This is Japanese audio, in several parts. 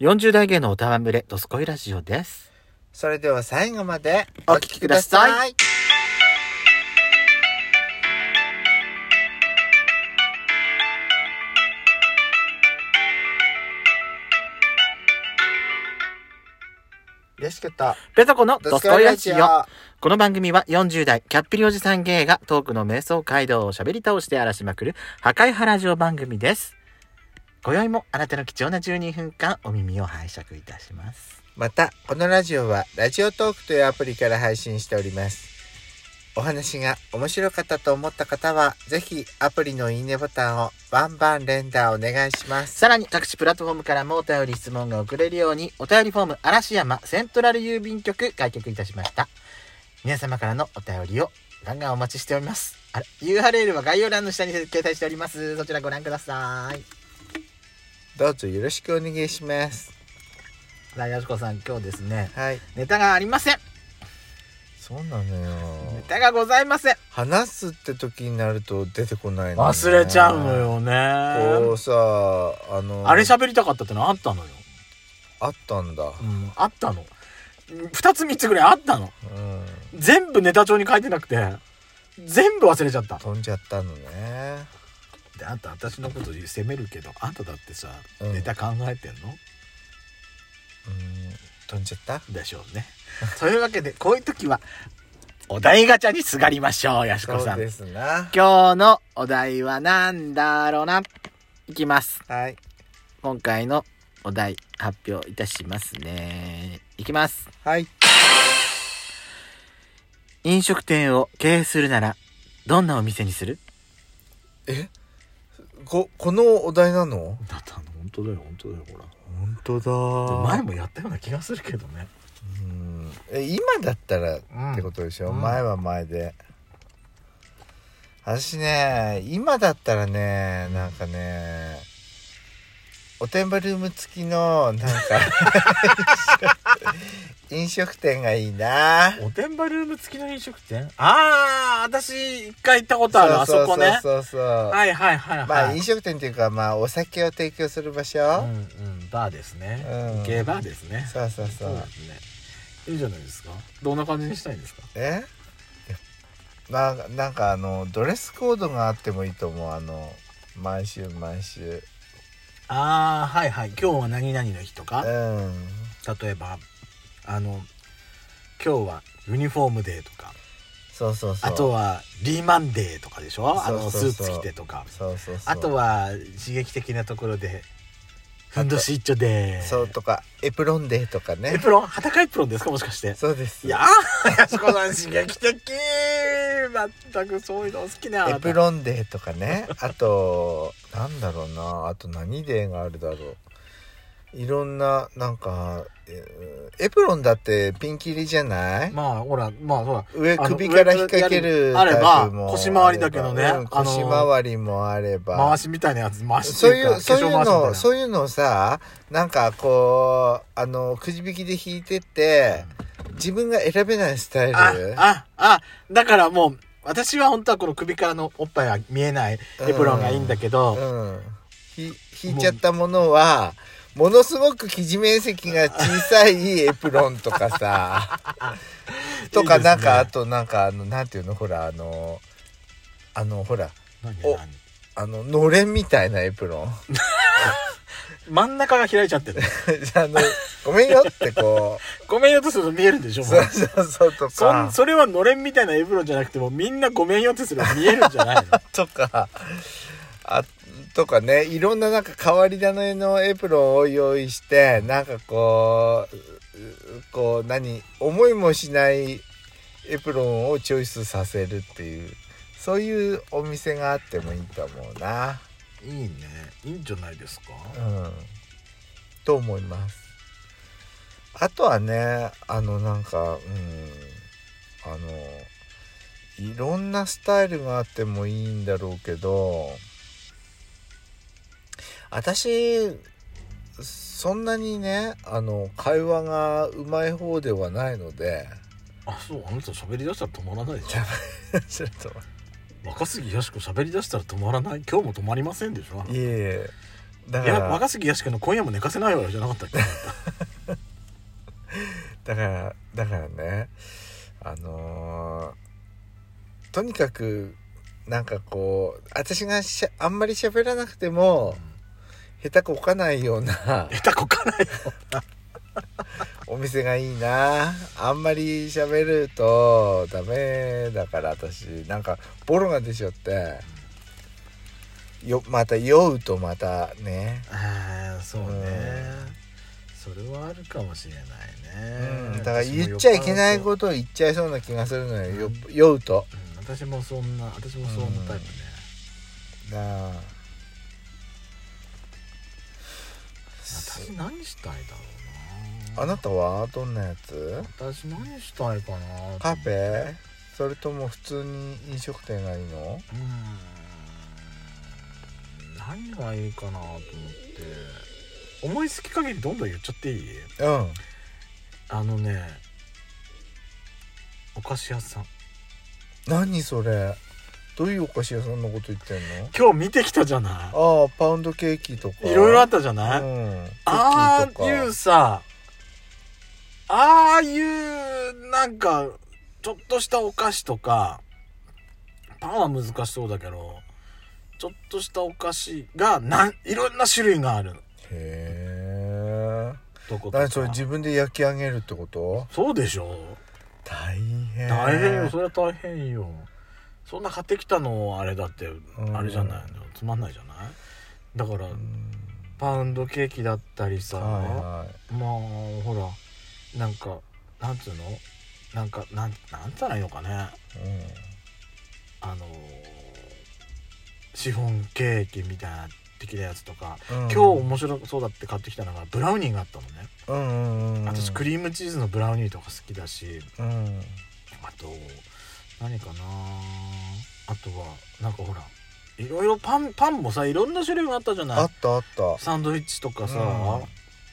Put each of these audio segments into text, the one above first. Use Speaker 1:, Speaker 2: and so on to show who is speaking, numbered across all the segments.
Speaker 1: 40代芸のおたわむれ、ドスコイラジオです。
Speaker 2: それでは最後まで
Speaker 1: お聞きくださ
Speaker 2: い。よしこと、
Speaker 1: ペタコのド
Speaker 2: ド
Speaker 1: ス
Speaker 2: ス
Speaker 1: コ
Speaker 2: コ
Speaker 1: イ
Speaker 2: イ
Speaker 1: ラ
Speaker 2: ラ
Speaker 1: ジ
Speaker 2: ジ
Speaker 1: オ。
Speaker 2: オ。
Speaker 1: この番組は40代、キャッピリおじさん芸がトークの瞑想街道を喋り倒して荒らしまくる破壊派ラジオ番組です。今宵もあなたの貴重な12分間お耳を拝借いたします。
Speaker 2: また、このラジオは、ラジオトークというアプリから配信しております。お話が面白かったと思った方は、ぜひアプリのいいねボタンをバンバン連打お願いします。
Speaker 1: さらに各種プラットフォームからもお便り質問が送れるようにお便りフォーム嵐山セントラル郵便局開局いたしました。皆様からのお便りをガンガンお待ちしております。あれ URL は概要欄の下に掲載しております。そちらご覧ください。
Speaker 2: どうぞよろしくお願いします。
Speaker 1: さあ、やしこさん、今日ですね、
Speaker 2: はい。
Speaker 1: ネタがありません。
Speaker 2: そうなのよ
Speaker 1: ネ。タがございません。
Speaker 2: 話すって時になると出てこないの、ね。
Speaker 1: 忘れちゃうの。よね。
Speaker 2: こうさ、あの、
Speaker 1: あれ喋りたかったってのあったのよ。
Speaker 2: あったんだ。
Speaker 1: うん、あったの。二つ三つぐらいあったの。
Speaker 2: うん。
Speaker 1: 全部ネタ帳に書いてなくて、全部忘れちゃった。
Speaker 2: 飛んじゃったのね。
Speaker 1: であんた私のこと責めるけど、あんただってさ、
Speaker 2: うん
Speaker 1: ネタ考えてんの
Speaker 2: うん。飛んじゃった
Speaker 1: でしょうね。 というわけで、こういう時は、お題ガチャにすがりましょう、やしこ
Speaker 2: そ
Speaker 1: さ。
Speaker 2: うんですな。
Speaker 1: 今日のお題は何だろうな。いきます。
Speaker 2: はい。
Speaker 1: 今回のお題発表いたしますね。いきます。
Speaker 2: はい。
Speaker 1: 飲食店を経営するなら、どんなお店にする
Speaker 2: えここのお題なの
Speaker 1: だったの本当だよ、本当だよ、ほ
Speaker 2: 本当だ
Speaker 1: もやったような気がするけどね。
Speaker 2: うんえ今だったらってことでしょ、
Speaker 1: うん
Speaker 2: 前は前で私ね今だったらねなんかねおてんばルーム付き のなんか飲食店がいいな
Speaker 1: おてんばルーム付きの飲食店ああ、私一回行ったことある、あそこね。
Speaker 2: そうそうそうそう
Speaker 1: はいはいはいはい。
Speaker 2: まあ飲食店っていうかまあお酒を提供する場
Speaker 1: う
Speaker 2: 所、
Speaker 1: んうん、バーですね。
Speaker 2: うん
Speaker 1: ゲーバーですね。
Speaker 2: そうそうそう、
Speaker 1: ですね。いいじゃないですか。どんな感じにしたいんですか
Speaker 2: えななんかあのドレスコードがあってもいいと思うあの毎週毎週
Speaker 1: ああ、はいはい。今日は何々の日とか
Speaker 2: う。ん
Speaker 1: 例えばあの今日はユニフォームデーとか
Speaker 2: そうそうそう
Speaker 1: あとはリーマンデーとかでしょあの
Speaker 2: そ
Speaker 1: ス
Speaker 2: う
Speaker 1: ー
Speaker 2: そうそう
Speaker 1: ツ着てとか
Speaker 2: そうそうそう
Speaker 1: あとは刺激的なところでふんどし一丁で
Speaker 2: そうとかエプロンデーとかね
Speaker 1: エプロン裸エプロンですかもしかして
Speaker 2: そうです
Speaker 1: いやーやしこさん刺激的全くそういうの好きなあな
Speaker 2: エ
Speaker 1: た
Speaker 2: プロンデーとかねあとなんだろうなあと何デーがあるだろういろんななんかえーエプロンだってピンキリじゃない
Speaker 1: まあほらまあほら
Speaker 2: 上
Speaker 1: あの
Speaker 2: 首から引っ掛ける
Speaker 1: 上からやる
Speaker 2: タイプも
Speaker 1: あれば腰回りだけどね
Speaker 2: うん
Speaker 1: あの
Speaker 2: 腰回りもあれば
Speaker 1: 回しみたいなやつ回しって
Speaker 2: そうい
Speaker 1: いうか
Speaker 2: う、そういう
Speaker 1: 化粧回しみたい
Speaker 2: の、
Speaker 1: な
Speaker 2: そういうのをさ、なんかこう、あの、くじ引きで引いてって、自分が選べないスタイル。
Speaker 1: あ、あ、あ、だからもう、私は本当はこの首からのおっぱいは見えないエプロンがいいんだけど、
Speaker 2: うん。ひ引いちゃったものは、ものすごく生地面積が小さいエプロンとか さ、とかなんか、
Speaker 1: いい
Speaker 2: あ
Speaker 1: です
Speaker 2: となんか、あの、なんていうの、ほら、あの、あの、ほら、
Speaker 1: 何
Speaker 2: お
Speaker 1: 何
Speaker 2: あの、のれんみたいなエプロン。
Speaker 1: 真ん中が開いちゃってる。
Speaker 2: あの、ごめんよってこ
Speaker 1: ごめんよとすると見えるでしょ
Speaker 2: う、
Speaker 1: も
Speaker 2: そううそうそうと
Speaker 1: そん
Speaker 2: か。
Speaker 1: それはのれんみたいなエプロンじゃなくてもうみんなごめんよとすると見えるんじゃないの
Speaker 2: とか、あ、とかね、いろんななんか変わり種のエプロンを用意して、なんかこう、うこう何、思いもしないエプロンをチョイスさせるっていう、そういうお店があってもいいと思うな。
Speaker 1: いいね。いいんじゃないですか
Speaker 2: うん。と思います。あとはね、あのなんか、うん、あの、いろんなスタイルがあってもいいんだろうけど、私、そんなにね、あの、会話がうまい方ではないので、
Speaker 1: あ、そう、あの人喋り出したら止まらないでし
Speaker 2: ちょっと、
Speaker 1: ょ。若杉よしこ喋り出したら止まらない。今日も止まりませんでしょ
Speaker 2: いえいえ、だ
Speaker 1: い
Speaker 2: か
Speaker 1: や
Speaker 2: ら
Speaker 1: 若杉やし君の「今夜も寝かせないわよ」じゃなかったっけ
Speaker 2: だからだからねあのーとにかくなんかこう私がしゃあんまり喋らなくても下手こかないよう な
Speaker 1: 下手こかないよ
Speaker 2: お店がいいなあんまり喋るとダメだから私なんかボロが出ちゃってよまた酔うとまたね
Speaker 1: ああそう
Speaker 2: う
Speaker 1: ね
Speaker 2: ん
Speaker 1: それはあるかもしれないうね
Speaker 2: んだから言っちゃいけないことを言っちゃいそうな気がするのよよ酔うと。
Speaker 1: うん私もそんな私もそう思うタイプね
Speaker 2: なあ
Speaker 1: 私何したいだろうな
Speaker 2: あなたはどんなやつ
Speaker 1: 私何したいかな
Speaker 2: カフェそれとも普通に飲食店がいい
Speaker 1: う
Speaker 2: の
Speaker 1: ーん何がいいかなと思って思いつき限りどんどん言っちゃっていい
Speaker 2: うん
Speaker 1: あのねお菓子屋さん
Speaker 2: 何それどういうお菓子屋さんのこと言ってんの
Speaker 1: 今日見てきたじゃな
Speaker 2: ああパウンドケーキとか
Speaker 1: いいろいろあ
Speaker 2: っ
Speaker 1: ったじゃない、
Speaker 2: うん
Speaker 1: あ
Speaker 2: クッキ
Speaker 1: あ
Speaker 2: ー
Speaker 1: いう
Speaker 2: とか
Speaker 1: さああいうなんかちょっとしたお菓子とかパンは難しそうだけどちょっとしたお菓子がなんいろんな種類がある
Speaker 2: へえ
Speaker 1: とことか
Speaker 2: 何それ自分で焼き上げるってこと
Speaker 1: そうでしょ
Speaker 2: 大変
Speaker 1: 大変よそれは大変よそんな買ってきたのあれだって
Speaker 2: ん
Speaker 1: あれじゃないのつまんないじゃないだから
Speaker 2: うん
Speaker 1: パウンドケーキだったりさ、
Speaker 2: は
Speaker 1: まあほらなんかなんつうのなんかなんなんつうのいいのかね
Speaker 2: いはい
Speaker 1: あのーシフォンケーキみたいな的なやつとか、
Speaker 2: うんう
Speaker 1: 今
Speaker 2: ん
Speaker 1: 日面白そうだって買ってきたのがブラウニーがあったのね、
Speaker 2: うんうんうんうん
Speaker 1: 私クリームチーズのブラウニーとか好きだし
Speaker 2: うん
Speaker 1: あと何かなあとはなんかほらいろいろパンパンもさいろんな種類があったじゃない
Speaker 2: あったあった
Speaker 1: サンドイッチとかさ、
Speaker 2: うん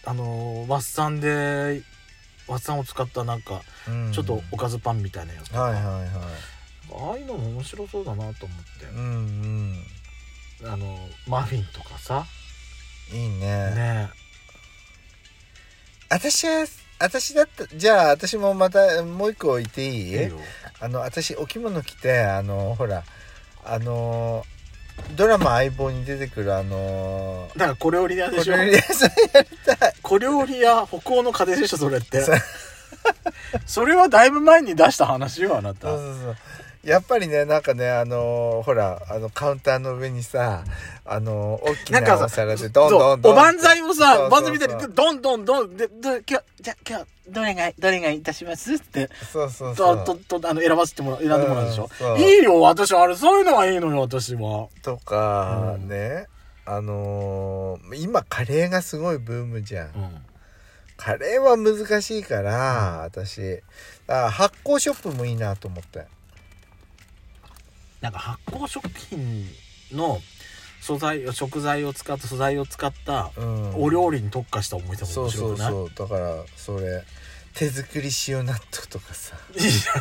Speaker 1: あのワッサンでワッサンを使ったなんか
Speaker 2: うん
Speaker 1: ちょっとおかずパンみたいなやつとか、
Speaker 2: はいはいはい
Speaker 1: ああいうのも面白そうだなと思って、
Speaker 2: うんうん
Speaker 1: あのマフィンとかさ
Speaker 2: いいね
Speaker 1: ね
Speaker 2: 私は私だったじゃあ私もまたもう一個言ってい
Speaker 1: え
Speaker 2: い
Speaker 1: いいよ
Speaker 2: あの私お着物着てあのほらあのドラマ「相棒」に出てくるあの
Speaker 1: だから小料理屋でしょ
Speaker 2: これねそれ
Speaker 1: 小料理屋北欧の家庭でしょそれ ってそれはだいぶ前に出した話よあなた、
Speaker 2: そうそうそうやっぱりねなんかねあのほらあのカウンターの上にさあの大き
Speaker 1: なんか
Speaker 2: な
Speaker 1: さ
Speaker 2: お皿でどんどん
Speaker 1: そ
Speaker 2: ど
Speaker 1: うんおばんざいを
Speaker 2: そう
Speaker 1: さ
Speaker 2: そう
Speaker 1: おばんざいみたい
Speaker 2: そう
Speaker 1: にどんどんどんでど今日じゃあ今日どれがどれがいたしますって
Speaker 2: そうそうそ
Speaker 1: と
Speaker 2: う
Speaker 1: ととあの選ばせてもらう選んでもらうでしょ、
Speaker 2: うんそう
Speaker 1: いいよ私あれそういうのはいいのよ私は
Speaker 2: とか
Speaker 1: うん
Speaker 2: ね、あのー今カレーがすごいブームじゃん、
Speaker 1: うん
Speaker 2: カレーは難しいから、私あ発酵ショップもいいなと思って
Speaker 1: なんか発酵食品の素材食材を使った素材を使った
Speaker 2: うん
Speaker 1: お料理に特化したお店も
Speaker 2: そ
Speaker 1: 面
Speaker 2: うそ
Speaker 1: 白く
Speaker 2: う
Speaker 1: ない
Speaker 2: そうだからそれ手作り塩納豆とかさ
Speaker 1: いいじゃん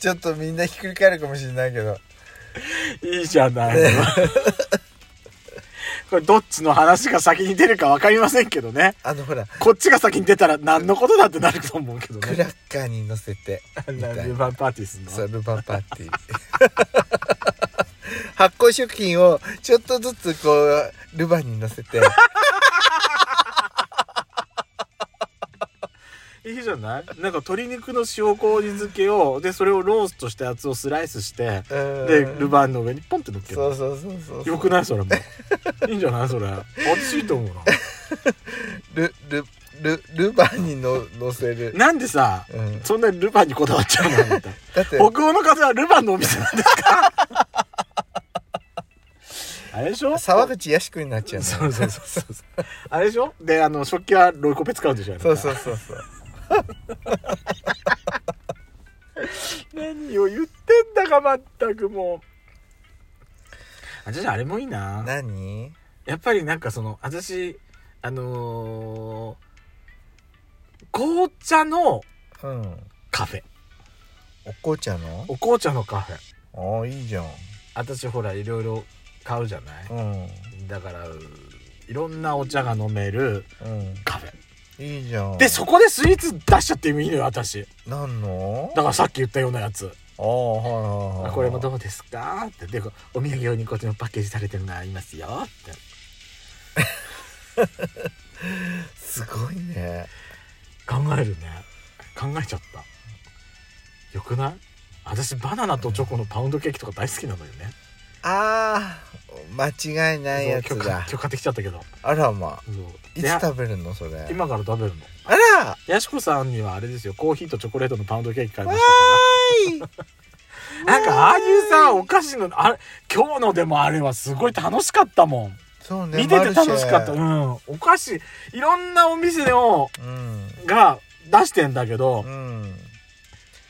Speaker 2: ちょっとみんなひっくり返るかもしれないけど
Speaker 1: いいじゃ ないのこれどっちの話が先に出るか分かりませんけどね
Speaker 2: あのほら
Speaker 1: こっちが先に出たら何のことだってなると思うけど
Speaker 2: ク
Speaker 1: ね
Speaker 2: ラッカーに乗せてみたい
Speaker 1: ル
Speaker 2: な
Speaker 1: バンパーティーすんの
Speaker 2: そうルパンパーティー 発酵食品をちょっとずつこうルバンに乗 せて
Speaker 1: いいじゃないなんか鶏肉の塩麹漬けをでそれをローストしたやつをスライスしてで
Speaker 2: で
Speaker 1: ルバンの上にポンって乗っける
Speaker 2: そうそうそうそうそう
Speaker 1: よくないそれ もいいんじゃないそれ私いいと思うな
Speaker 2: ルルルルバンにの乗 せる、
Speaker 1: なんでさ
Speaker 2: うん、
Speaker 1: そんなにルパンにこだわっちゃうのあなた
Speaker 2: だ って
Speaker 1: 北欧の風はルパンのお店なんです かあれでしょ
Speaker 2: 沢口靖子になっちゃうの
Speaker 1: そうそうそうそうそうあれでしょであの食器はロイコペ使うんでしょ
Speaker 2: そうそううそうそう
Speaker 1: 何を言ってんだかまったくもう私あれもいいな
Speaker 2: 何
Speaker 1: やっぱりなんかその私あのー紅茶の
Speaker 2: うん
Speaker 1: カフェ
Speaker 2: お紅茶の
Speaker 1: お紅茶のカフェ
Speaker 2: ああいいじゃん
Speaker 1: 私ほらいろいろ買うじゃない
Speaker 2: うん
Speaker 1: だからいろんなお茶が飲める
Speaker 2: うん
Speaker 1: カフェ
Speaker 2: いいじゃん
Speaker 1: でそこでスイーツ出しちゃってもいいのよ私
Speaker 2: なんの
Speaker 1: だからさっき言ったようなやつ
Speaker 2: ああはいはいはい
Speaker 1: あこれもどうですかってでこうお土産用にこっちもパッケージされてるのありますよって
Speaker 2: すごいね
Speaker 1: 考えるね考えちゃったよくない私バナナとチョコのパウンドケーキとか大好きなのよね
Speaker 2: ああ間違いないや
Speaker 1: そう今
Speaker 2: つ
Speaker 1: 日買今
Speaker 2: だ
Speaker 1: 日買ってきちゃったけど
Speaker 2: あらま
Speaker 1: そう
Speaker 2: い
Speaker 1: で
Speaker 2: つ食べるのそれ
Speaker 1: 今から食べるの
Speaker 2: あら
Speaker 1: やしこさんにはあれですよコーヒーとチョコレートのパウンドケーキ買い
Speaker 2: わ
Speaker 1: ま
Speaker 2: ー
Speaker 1: したからな
Speaker 2: い
Speaker 1: んかああいうさお菓子のあれ今日のでもあれはすごい楽しかったもん、
Speaker 2: そうね
Speaker 1: 見てて楽しかった、う
Speaker 2: マルシ
Speaker 1: ん、お菓子いろんなお店を
Speaker 2: ェうん
Speaker 1: が出してんだけど
Speaker 2: うん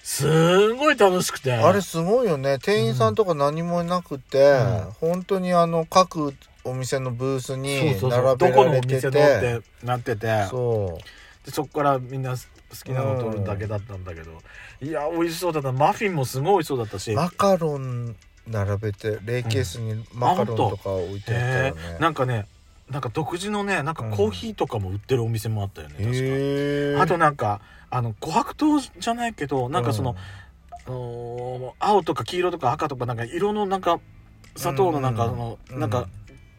Speaker 1: すんごい楽しくて
Speaker 2: あれすごいよね店員さんとか何もなくて、
Speaker 1: うん
Speaker 2: 本当にあの各お店のブース
Speaker 1: そう
Speaker 2: に
Speaker 1: そうそう
Speaker 2: 並
Speaker 1: ど
Speaker 2: べ
Speaker 1: こ
Speaker 2: ら
Speaker 1: のお
Speaker 2: れてて
Speaker 1: 店のってなってて
Speaker 2: そう
Speaker 1: でそこからみんな好きなの取るだけだったんだけど、いや美味しそうだったマフィンもすごい美味しそうだったし
Speaker 2: マカロン並べてレイケースにマカロンとか置いてあった
Speaker 1: へ
Speaker 2: よね
Speaker 1: え、なんかねなんか独自のねなんかコーヒーとかも売ってるお店もあったよね、確
Speaker 2: へえ
Speaker 1: かあとなんかあの琥珀糖じゃないけどなんかその、あのー青とか黄色とか赤とかなんか色のなんか砂糖のなんか、
Speaker 2: うん
Speaker 1: あの
Speaker 2: うん
Speaker 1: なんか、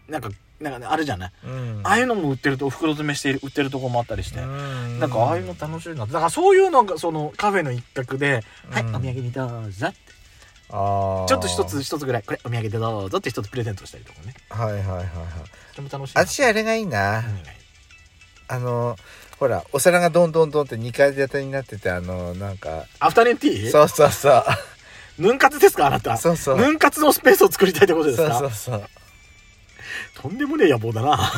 Speaker 1: なんかなんかねあるじゃない
Speaker 2: うん、
Speaker 1: ああいうのも売ってるとお袋詰めして売ってるとこもあったりして、
Speaker 2: うん
Speaker 1: なんかああいうの楽しいなだからそういうのがそのカフェの一角で「はいお
Speaker 2: うん
Speaker 1: 土産にどうぞ」って
Speaker 2: あー
Speaker 1: ちょっと一つ一つぐらい「これお土産でどうぞ」って一つプレゼントしたりとかね
Speaker 2: はいはいはいはい
Speaker 1: とても楽しいな
Speaker 2: 私あれがいい
Speaker 1: 何
Speaker 2: な、
Speaker 1: がいい
Speaker 2: あのほらお皿がどんどんどんって2階建てになっててあのなんか
Speaker 1: アフタヌーンティー
Speaker 2: そうそうそう
Speaker 1: ヌン活ですかあなた
Speaker 2: そうそう
Speaker 1: ヌン活のスペースを作りたいってことです
Speaker 2: そう
Speaker 1: か
Speaker 2: そうそう
Speaker 1: とんでもねえ野望だな